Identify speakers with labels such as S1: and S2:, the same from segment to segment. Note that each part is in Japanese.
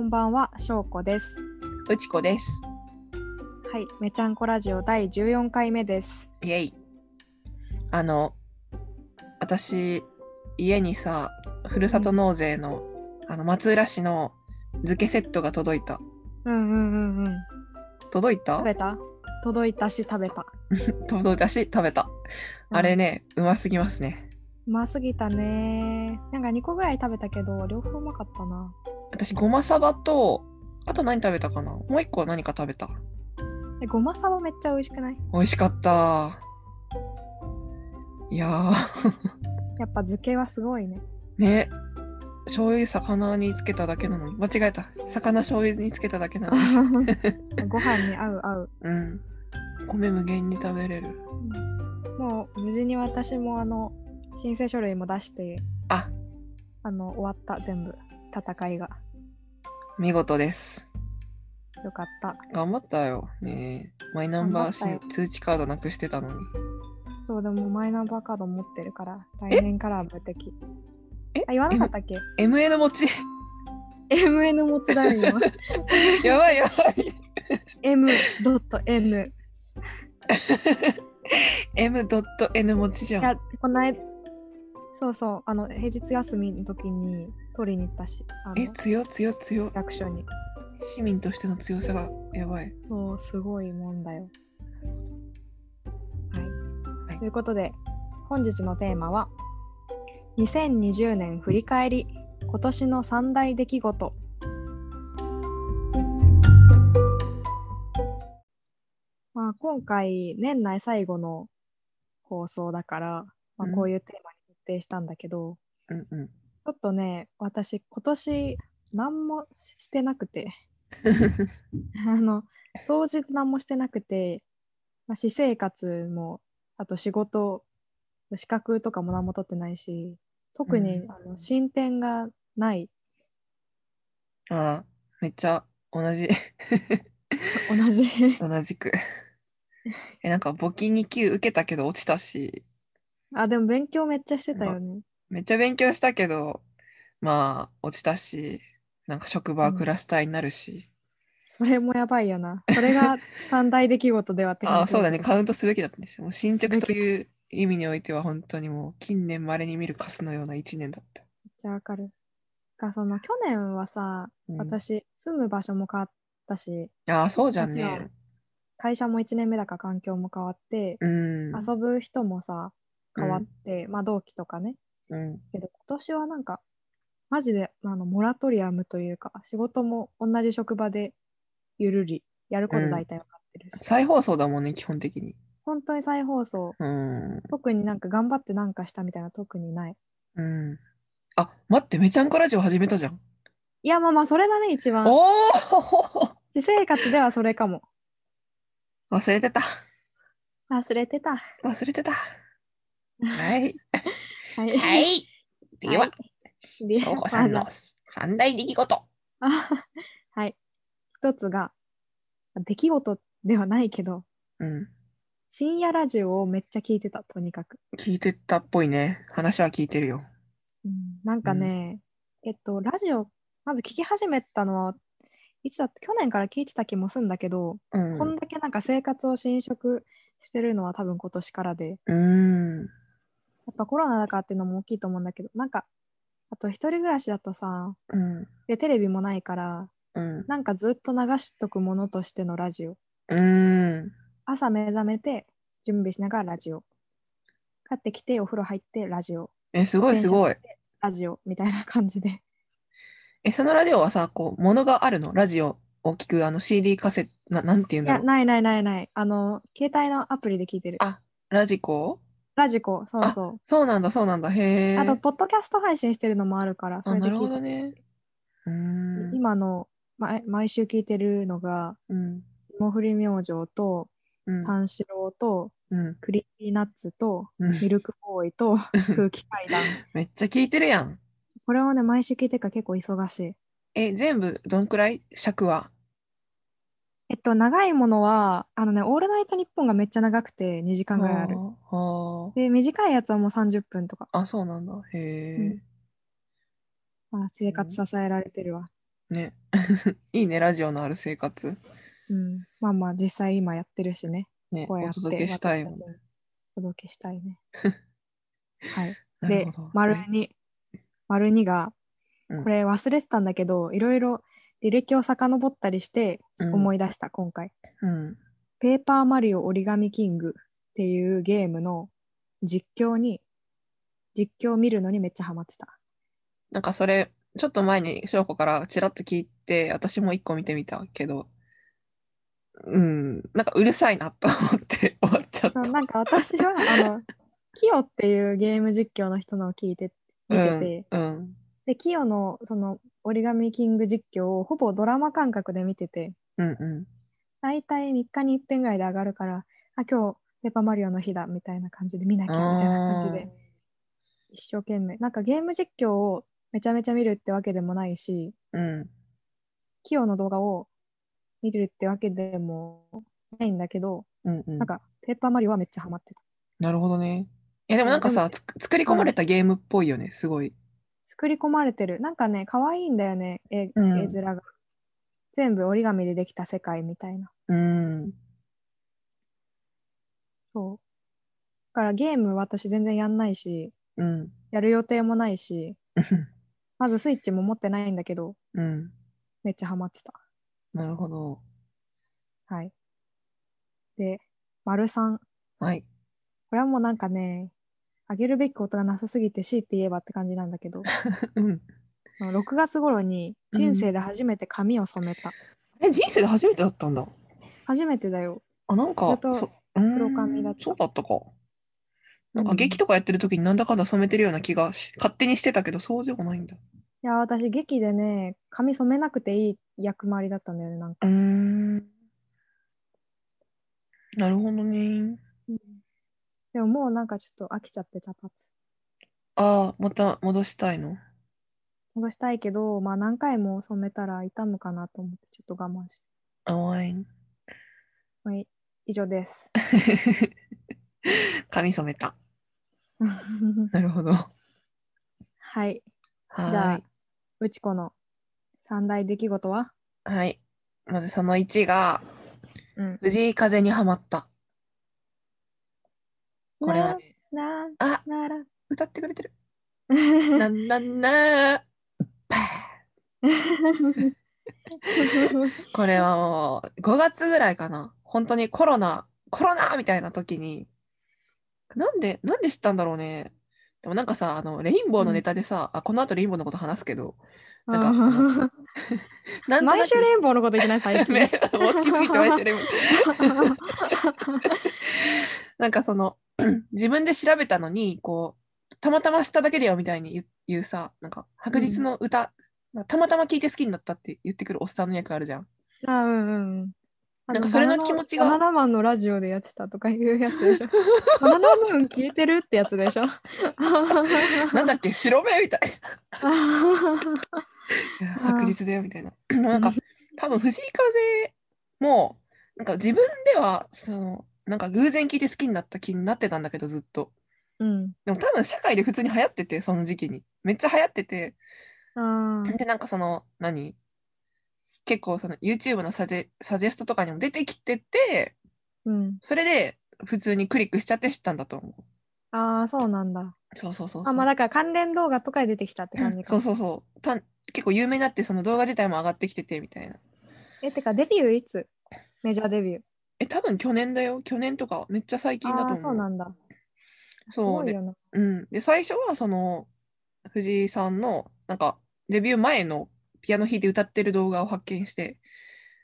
S1: んばんは、しょうこです。
S2: うちこです。
S1: はい、めちゃんこラジオ第14回目です。
S2: イエイ。あの、私、家にさ、ふるさと納税の、あの松浦市の漬けセットが届いた。
S1: うんうんうんうん。
S2: 届いた
S1: 食べた届いたし食べた。
S2: 届いたし、食べた。あれね、うますぎますね。
S1: うん。うますぎたね。なんか2個ぐらい食べたけど、両方うまかったな。
S2: 私、ごまさばと、あと何食べたかなもう一個何か食べた。
S1: え、ごまさばめっちゃ美味しくない
S2: 美味しかった。いやー、
S1: やっぱ漬けはすご いね。
S2: ね。醤油魚につけただけなのに間違えた魚醤油につけただけなのに
S1: ご飯に合う合う。
S2: うん。米無限に食べれる。
S1: もう無事に私もあの、申請書類も出して、
S2: あ、
S1: あの、終わった全部。戦いが。
S2: 見事です。
S1: よかった。
S2: 頑張ったよ。ねえマイナンバ
S1: 頑張っ
S2: ーし通知カードなくしてたのに。
S1: そう、でもマイナンバーカード持ってるから、
S2: え
S1: 来年からは無敵。
S2: え
S1: あ、言わなかったっけ
S2: MN 持ち。
S1: MN 持ちだよ 今
S2: やばいやばい。
S1: M.N
S2: M.N 持ちじ
S1: い
S2: ゃ
S1: や
S2: ん。
S1: この間そうそうあの平日休みの時に取りに行ったしあ
S2: え、
S1: の
S2: 強強強。
S1: 役所に
S2: 市民としての強さがやばい。
S1: そうすごいもんだよはい、
S2: はい
S1: ということで本日のテーマは2020年振り返り今年の三大出来事まあ、今回年内最後の放送だから、まあ、
S2: うん
S1: こういうテーマに設定したんだけど、
S2: うんうん。
S1: ちょっとね私今年何もしてなくて あの掃除何もしてなくて、まあ、私生活もあと仕事資格とかも何も取ってないし特に、
S2: うん
S1: あの進展がない
S2: あー、めっちゃ同じ。
S1: 同じ
S2: 同じく。 え、なんか募金2級受けたけど落ちたし、
S1: あでも勉強めっちゃしてたよね
S2: めっちゃ勉強したけど、まあ落ちたし、なんか職場はクラスターになるし。
S1: それもやばいよなそれが三大出来事ではって
S2: ああ、
S1: 感じ
S2: そうだね。
S1: けど
S2: カウントすべきだったんですよ。もう進捗という意味においては、本当にもう近年まれに見るカスのような一年だった。
S1: めっちゃわかるがその去年はさ
S2: うん
S1: 私住む場所も変わったし
S2: ああ、そうじゃん
S1: もちろ
S2: ね
S1: ん。会社も1年目だから環境も変わって、
S2: うん。
S1: 遊ぶ人もさ変わって、まあ同期とかね
S2: うん。
S1: けど今年はなんかマジであのモラトリアムというか仕事も同じ職場でゆるりやること大体分かってるし、
S2: 再放送だもんね、基本的に。
S1: 本当に再放送
S2: うん。
S1: 特になんか頑張ってなんかしたみたいな特にない
S2: うん。あ、待って、めちゃんこラジオ始めたじゃん。
S1: いやまあまあそれだね一番
S2: おお
S1: 私生活ではそれかも
S2: 忘れてた。
S1: 忘れてたは
S2: 忘れて た。はい。
S1: い
S2: い。では、
S1: で
S2: とうこさん
S1: まあじゃあ
S2: の三大出来事。
S1: あはい。一つが、出来事ではないけど、
S2: うん。
S1: 深夜ラジオをめっちゃ聞いてた、とにかく。
S2: 聞いてたっぽいね。話は聞いてるよ。
S1: なんかね、えっと、ラジオ、まず聞き始めたのは、いつだって去年から聞いてた気もするんだけど、
S2: うん
S1: こんだけなんか生活を侵食してるのは多分今年からで、や
S2: うん。
S1: っぱコロナだからっていうのも大きいと思うんだけど、なんか、あと一人暮らしだとさ、
S2: うん。
S1: で、テレビもないから、
S2: うん。
S1: なんかずっと流しとくものとしてのラジオ。
S2: うーん。
S1: 朝目覚めて準備しながらラジオ帰ってきてお風呂入ってラジオ
S2: え、すごいすごい
S1: 電。車乗ってラジオみたいな感じで
S2: え、そのラジオはさ、こう、ものがあるのラジオを聞く、あの CD カセット、ななんていうん
S1: い
S2: だ
S1: や
S2: ろう。
S1: ないないないないあの携帯のアプリで聞いてる
S2: あラジコ
S1: ラジコそうそ
S2: そうなんだ、そうなんだ。
S1: う
S2: へえ。
S1: あとポッドキャスト配信してるのもあるからそ
S2: あ、
S1: れで
S2: なる
S1: 聞
S2: ほ
S1: いて
S2: どね。うーん。
S1: 今の、ま、毎週聞いてるのが
S2: うん。
S1: 霜降り明星と
S2: うん。
S1: 三四郎と
S2: うん。
S1: クリーピーナッツと
S2: うん
S1: ミルクボーイと空気階段
S2: めっちゃ聞いてるやん。
S1: これをね毎週聞いてるから結構忙しい
S2: え、全部どんくらい尺は。
S1: えっと、長いものは、あのね、オールナイトニッポンがめっちゃ長くて2時間ぐらいある。
S2: あー
S1: で、短いやつはもう30分とか。
S2: あーあ、そうなんだ。へえ。
S1: あ生活支えられてるわ。
S2: ね。 いいね、ラジオのある生活。
S1: うん、まあまあ実際今やってるしね。
S2: ね、
S1: こうや
S2: お
S1: って
S2: 届けしたい
S1: 私
S2: もん
S1: た。ちにお届けしたい ね。はい。
S2: なる
S1: で
S2: ほど、
S1: 丸
S2: ね
S1: 二丸二が
S2: うん
S1: これ忘れてたんだけど、いろいろ履歴を遡ったりして
S2: うん
S1: 思い出した、今回。
S2: うん。
S1: ペーパーマリオ折り紙キングっていうゲームの実況に、実況を見るのにめっちゃハマ ってた。
S2: なんかそれ、ちょっと前に翔子からちらっと聞いて、私も一個見てみたけど、うん、なんかうるさいなと思って 終わっちゃ
S1: そ
S2: った。
S1: うなんか私は、あの、キヨっていうゲーム実況の人のを聞いて、見てて、
S2: うん、うん、
S1: で、キヨのその折り紙キング実況をほぼドラマ感覚で見てて、
S2: うん、う
S1: 大体3日に1遍ぐらいで上がるから、あ、今日ペーパーマリオの日だみたいな感じで見なきゃみたいな感じ
S2: あー
S1: で、一生懸命。なんかゲーム実況をめちゃめちゃ見るってわけでもないし、
S2: ん、うん、
S1: 企業の動画を見てるってわけでもないんだけど、
S2: うん、うん
S1: なん。かペーパーマリオはめっちゃハマってた。
S2: なるほどね。いや、でもなんか
S1: う
S2: さ、
S1: ん
S2: つく作り込まれたゲームっぽいよね、すごい。
S1: 作り込まれてる。なんかね、可愛いんだよね、絵,、
S2: うん
S1: 絵面が。全部折り紙でできた世界みたいな。
S2: うん、
S1: そう。だからゲーム私全然やんないし、
S2: うん、
S1: やる予定もないし、まずスイッチも持ってないんだけど、
S2: うん。
S1: めっちゃハマってた。
S2: なるほど。
S1: はい。で、丸三。
S2: はい。
S1: これはもうなんかね、あげるべきことがなさすぎて強いて言えばって感じなんだけど、
S2: うん。
S1: あの6月頃に人生で初めて髪を染めた。
S2: え、人生で初めてだったんだ。
S1: 初めてだよ。
S2: あ、なん
S1: ず
S2: か
S1: っ、と
S2: そ、うん
S1: 黒髪だった
S2: そうだったか。なん
S1: う
S2: か
S1: ん
S2: 劇とかやってる時になんだかんだ染めてるような気がし、勝手にしてたけど、そうでもないんだ。
S1: いや、私劇でね、髪染めなくていい役回りだったんだよね、なんか。
S2: うん。なるほどね。
S1: でももうなんかちょっと飽きちゃって茶髪。
S2: ああ、また戻したいの。
S1: 戻したいけど、まあ何回も染めたら痛むかなと思ってちょっと我慢して。
S2: あわいん。
S1: はい、 以上です。
S2: 髪染めた。なるほど。
S1: はい。
S2: は
S1: じゃ
S2: ー
S1: あ
S2: い。、
S1: うちこの三大出来事は
S2: はい。まずその1が、
S1: うん。
S2: 藤井風にはまった。これはね、
S1: な、
S2: あ、
S1: な、なら。
S2: 歌ってくれてる。 なんなん なー。パーこれはもう5月ぐらいかな本当にコロナコロナみたいな時になんでなんで知ったんだろうねでもなんかさあのレインボーのネタでさ、あこの後レインボーのこと話すけどなんかなんとなく
S1: 毎週レインボーのこと言ってない最近。
S2: ねもう好きすぎて毎週レインボーなんかその 自分で調べたのにこうたまたま知っただけだよみたいに言う言うさなんか白日の歌、たまたま聞いて好きになったって言ってくるおっさんの役あるじゃん
S1: あうんうんうん。あ
S2: なんかそれの気持ちが
S1: バナナマンのラジオでやってたとかいうやつでしょ。バナナマン聞いてるってやつで しょ。
S2: なんだっけ白目みたいな
S1: あー
S2: 白日だよ みたいななんか多分藤井風もなんか自分ではそのなんか偶然聞いて好きになった気になってたんだけどずっと
S1: うん。
S2: でも多分社会で普通に流行っててその時期にめっちゃ流行ってて
S1: あー
S2: でなんかその何結構その YouTube のサジェサジェストとかにも出てきてて
S1: うん。
S2: それで普通にクリックしちゃって知ったんだと思
S1: ああ、そうなんだ。
S2: うそうそうそうそ
S1: あ、
S2: う
S1: まあだから関連動画とかで出てきたって感じか。
S2: そうそうそうた結構有名になってその動画自体も上がってきててみたいな
S1: え、てかデビューいつメジャーデビュー。
S2: え、多分去年だよ。去年とか、めっちゃ最近だと
S1: あ
S2: 思
S1: あ、
S2: う。
S1: そうなんだ。す
S2: そう
S1: ごい
S2: で
S1: よな。
S2: うん。で、最初は、その、藤井さんの、なんか、デビュー前のピアノ弾いて歌ってる動画を発見して、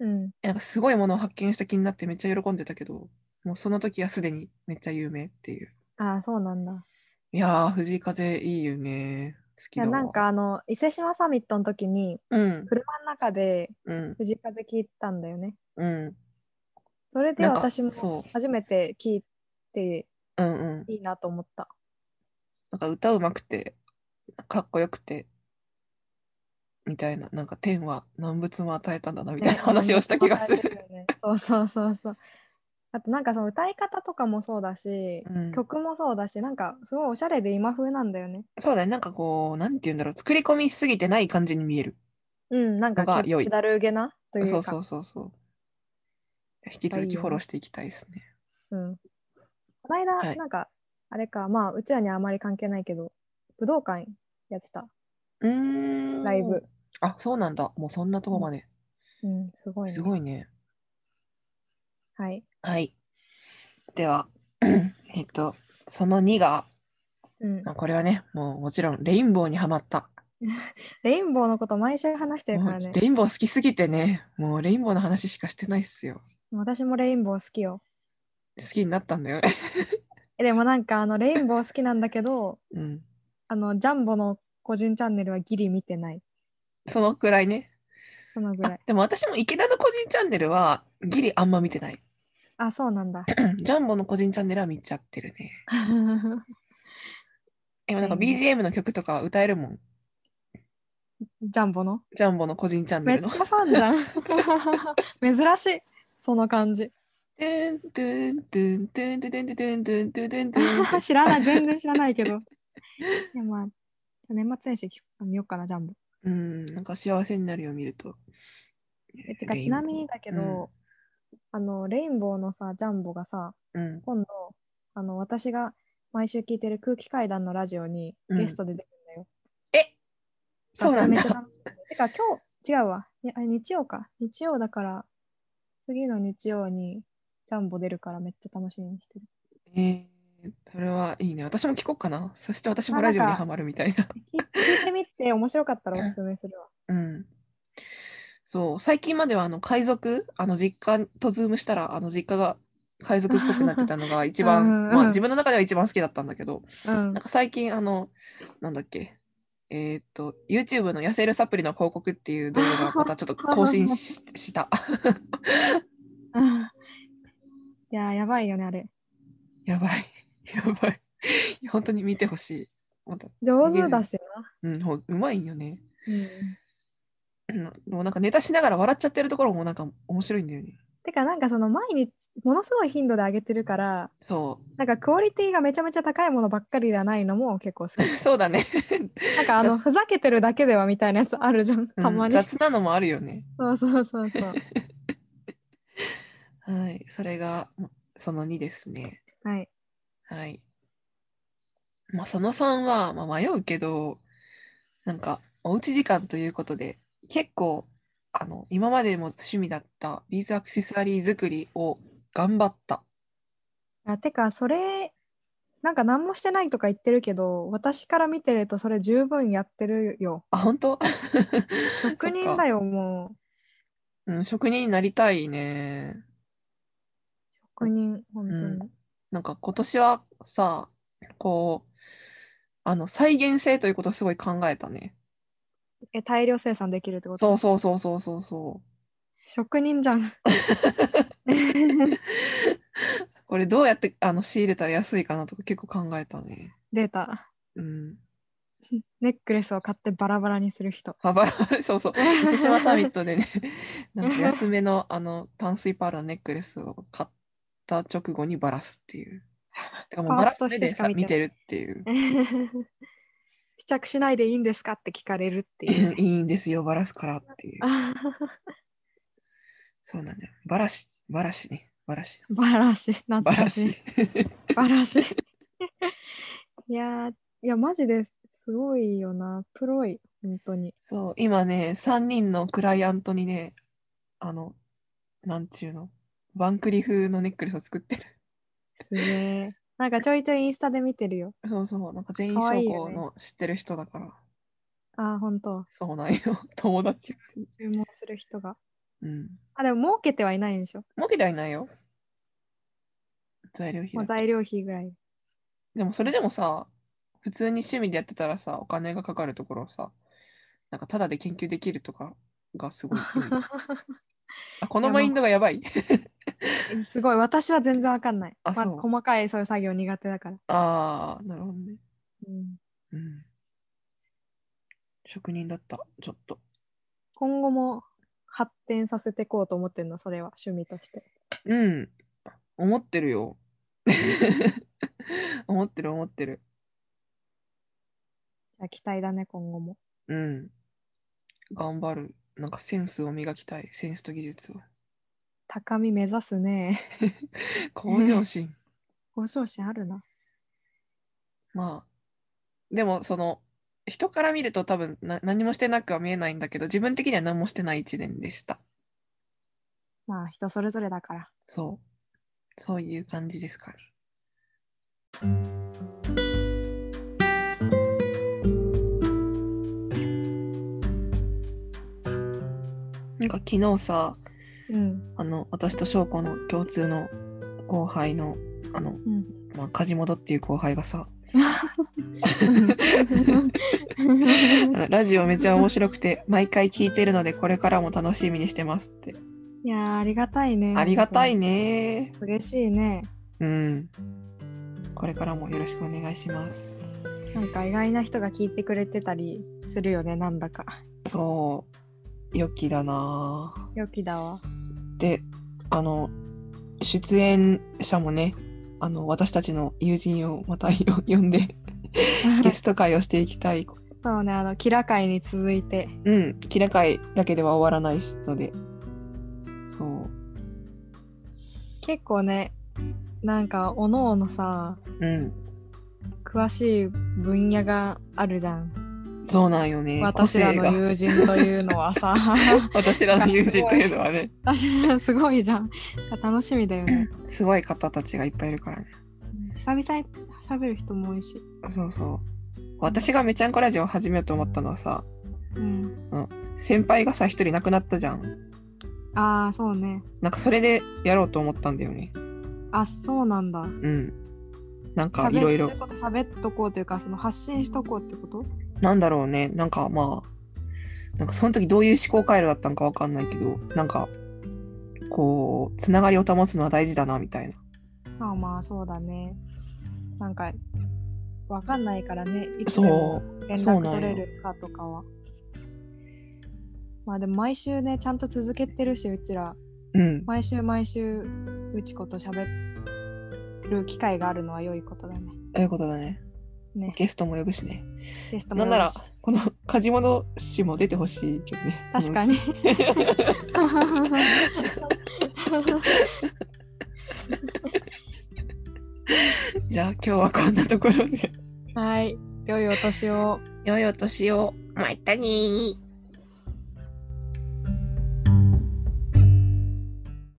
S1: うん。
S2: えなんかすごいものを発見した気になってめっちゃ喜んでたけど、もうその時はすでにめっちゃ有名っていう。
S1: ああ、そうなんだ。
S2: いやー、藤井風いいよね。好き
S1: いや
S2: だ
S1: な
S2: わ。
S1: んかあの伊勢志摩サミットの時に
S2: うん、
S1: 車の中で
S2: うん、
S1: 藤井風聞いたんだよね。
S2: うん。
S1: それで
S2: なんか
S1: 私も
S2: そ
S1: 初めて聞いて
S2: う、うんうん。
S1: いいなと思った。
S2: なんか歌うまくて、かっこよくて、みたいな、なんか天は難物も与えたんだな、みたいな
S1: ね
S2: 話をした気がする。。
S1: そうそうそうそう。あとなんかその歌い方とかもそうだし、
S2: うん
S1: 曲もそうだし、なんかすごいおしゃれで今風なんだよね。
S2: そうだね、なんかこう、なんて言うんだろう、作り込みしすぎてない感じに見える。
S1: うん、なんか
S2: のが
S1: け
S2: 良い
S1: だるげなというか。
S2: そうそうそうそう。引き続きフォローしていきたいですね。
S1: うん、この間、
S2: はい
S1: なんか、あれか、まあ、うちらにはあまり関係ないけど、武道館やってた、
S2: うーん。
S1: ライブ。。
S2: あ、そうなんだ。もうそんなとこまで。
S1: うん、すごい、ね。
S2: すごいね。
S1: はい。
S2: はい。では、 えっと、その2が、
S1: うん
S2: まあ、これはね、もうもちろんレインボーにはまった。
S1: レインボーのこと毎週話してるから
S2: も
S1: ね
S2: う。レインボー好きすぎてね、もうレインボーの話しかしてないっすよ。
S1: 私もレインボー好きよ。
S2: 好きになったんだよ。
S1: えでもなんか、あの、レインボー好きなんだけど、
S2: うん。
S1: あの、ジャンボの個人チャンネルはギリ見てない。
S2: そのくらいね。
S1: そのぐら
S2: あ
S1: い。
S2: でも私も池田の個人チャンネルはギリあんま見てない。
S1: あ、そうなん だ。
S2: ジャンボの個人チャンネルは見ちゃってるね。え、なんか
S1: レイン
S2: BGM の曲とか歌えるもん。
S1: ジャンボの
S2: ジャンボの個人チャン
S1: め
S2: ネ
S1: っ
S2: ル
S1: ち
S2: の
S1: ゃ。ファンじゃん。 珍しい。その感じ。
S2: トゥントゥントゥントゥントゥントゥントゥントゥントゥントゥントゥン
S1: 知らない、全然知らないけど。でもまあ、年末年始聞く見ようかな、ジャンボ。
S2: うん、なんか幸せになるよ、見ると。
S1: えてか、
S2: レイ
S1: ち
S2: ンボー
S1: なみにだけど、あの、レインボーのさ、ジャンボがさ、
S2: うん、
S1: 今度、あの、私が毎週聞いてる空気階段のラジオに
S2: うん
S1: ゲストで出てくるんだよ。
S2: えそうなん
S1: めっちゃ
S2: だ。
S1: 楽しみてか、今日、違うわ。いやあれ日曜か。日曜だから、次の日曜にジャンボ出るからめっちゃ楽しみにしてる。
S2: えー、それはいいね。私も聞こうかな。そして私もラジオ
S1: あ
S2: に
S1: なんか
S2: はまるみたいな。
S1: 聞聞いてみて面白かったらおすすめするわ。
S2: うん。そう、最近まではあの海賊、あの実家とズームしたら、あの実家が海賊っぽくなってたのが一 番、
S1: うんうん
S2: まあ自分の中では一番好きだったんだけど、
S1: うん
S2: なん。か最近あの、なんだっけ、えーっと、YouTube の痩せるサプリの広告っていう動画がまたちょっと更新しした。
S1: いやー、やばいよね、あれ。
S2: やばい。やばい。本当に見てほしい。また、
S1: 上手だし
S2: うん、ほううまいよね。
S1: な。
S2: うんでもなんかネタしながら笑っちゃってるところもなんか面白いんだよね。
S1: てか、なんかその毎日、ものすごい頻度で上げてるから、
S2: そ
S1: なんかクオリティがめちゃめちゃ高いものばっかりではないのも結構好 き。
S2: う。 そうだね。
S1: なんかあの、ふざけてるだけではみたいなやつあるじゃん、たまに。
S2: うん雑なのもあるよね。
S1: そうそうそう そう。
S2: はい。それがその2ですね。
S1: はい。
S2: はい。まあその3は、まあ、迷うけど、なんかおうち時間ということで、結構あの今までも趣味だったビーズアクセサリー作りを頑張った。
S1: あてか、それ、なんか何もしてないとか言ってるけど、私から見てるとそれ十分やってる よ。
S2: あ、本当
S1: 職 人だよ、もう。
S2: うん、職人になりたいね。
S1: 職人、本当に。
S2: うんなんか今年はさ、こう、あの再現性ということをすごい考えたね。
S1: え、大量生産できるってこと
S2: そうそうそうそうそうそ
S1: 職人じ ゃん。
S2: う。これどうやってあの仕入れたら安いかなとか結構考えたね。
S1: データ。
S2: うん。
S1: ネックレスを買ってバラバラにする人。
S2: あばら、 そうそう。伊勢志摩サミットでね、なんか安めのあの淡水パールのネックレスを買った直後にバラすっていう。だからもうバ
S1: パー
S2: ラ
S1: ツと
S2: す
S1: し
S2: 目
S1: て
S2: で
S1: しか
S2: さ
S1: 見てない
S2: 見てるっていう。
S1: 試着しないでいいんですかって聞かれるっていう。
S2: いいんですよ、バラすからっていう。
S1: あ
S2: そうなんだよ。バラし、バラしね。バラし。
S1: バラシ、懐
S2: バラ
S1: かしい。
S2: し。
S1: バラシ。 いやー、いや、マジですごいよな。プロい、本当に。
S2: そう、今ね、3人のクライアントにね、あの、なんちゅうの、バンクリフのネックレスを作ってる。
S1: すげえ。なんかちょいちょいインスタで見てるよ。
S2: そうそう、なんか全員
S1: かわい
S2: 将
S1: いよ
S2: 校
S1: ね
S2: の知ってる人だから、
S1: あー、本当。
S2: そうなんよ、 友達。
S1: 注文する人が。
S2: うん。
S1: あ、でも儲けてはいないんでしょ。
S2: 儲けてはいないよ。材料
S1: も
S2: 費
S1: う
S2: だ。
S1: 材料費ぐらい。
S2: でもそれでもさ、普通に趣味でやってたらさ、お金がかかるところをさ、なんかタダで研究できるとかがすごいいい。 あこのマインドがやばい。
S1: えすごい。私は全然わかんない。
S2: あ
S1: まあ、
S2: そう
S1: 細かいそういう作業苦手だから。
S2: ああ、なるほどね。
S1: うん
S2: うん。職人だった、ちょっと。
S1: 今後も発展させていこうと思ってるの、それは趣味として。
S2: うん。思ってるよ。 思ってる思ってる。
S1: じゃあ期待だね、今後も。
S2: うん。頑張る。なんかセンスを磨きたい。センスと技術を。
S1: 高み目指すね。
S2: 向上心。
S1: 向上心あるな。
S2: まあ、でもその、人から見ると多分な何もしてなくは見えないんだけど、自分的には何もしてない一年でした。
S1: まあ人それぞれだから。
S2: そう。そういう感じですかね。なんか昨日さ、
S1: うん。
S2: あの、私と翔子の共通の後輩の、あの、
S1: うん。
S2: まあ、梶本っていう後輩がさ、あのラジオめちゃ面白くて、毎回聞いてるので、これからも楽しみにしてますって。
S1: いやーありがたいね。
S2: ありがたい。ね。
S1: 嬉しいね。
S2: うん。これからもよろしくお願いします。
S1: なんか意外な人が聞いてくれてたりするよね、なんだか。
S2: そう、良きだなぁ
S1: 良きだわ。
S2: で、あの、出演者もね、あの、私たちの友人をまた呼んで、ゲスト会をしていきたい。
S1: そうね、あの、キラ会に続いて。
S2: うん、キラ会だけでは終わらないので、そう、
S1: 結構ね、なんか、おのおのさ、
S2: うん、
S1: 詳しい分野があるじゃん。
S2: そうなんよね。個
S1: 私ら
S2: 性
S1: の
S2: が、
S1: 友人というのは さ、
S2: 私らの友人というのはね、
S1: 私らすごいじゃん。楽しみだよね。
S2: すごい方たちがいっぱいいるからね。
S1: 久々に喋る人も多いし。
S2: そうそう。私がめちゃんこラジオを始めようと思ったのはさ、
S1: うん。
S2: あの先輩がさ、一人亡くなったじゃん。
S1: ああ、そうね。
S2: なんかそれでやろうと思ったんだよね。
S1: あ、そうなんだ。
S2: うん。なんかい
S1: 喋
S2: ろいろ
S1: って、こと喋っとこうというか、その発信しとこうってこと
S2: なんだろうね、なんかまあ、なんかその時どういう思考回路だったのかわかんないけど、なんか、こう、つながりを保つのは大事だな、みたいな。
S1: まあまあ、そうだね。なんか、わかんないからね。いつでも
S2: そう、
S1: 連
S2: そう
S1: 絡
S2: なんよ
S1: 取れるかとかは。まあでも毎週ね、ちゃんと続けてるし、うちら、
S2: うん、
S1: 毎週毎週、うちこと喋る機会があるのは良いことだね。
S2: そういうことだね。
S1: ね、
S2: ゲストも呼ぶしね。
S1: ゲストも
S2: な
S1: 呼
S2: ん
S1: ぶし
S2: なら、この梶本氏も出てほしいけどね。
S1: 確かに。
S2: じゃあ今日はこんなところで。
S1: はい、良いお年を。
S2: 良いお年を。またねー。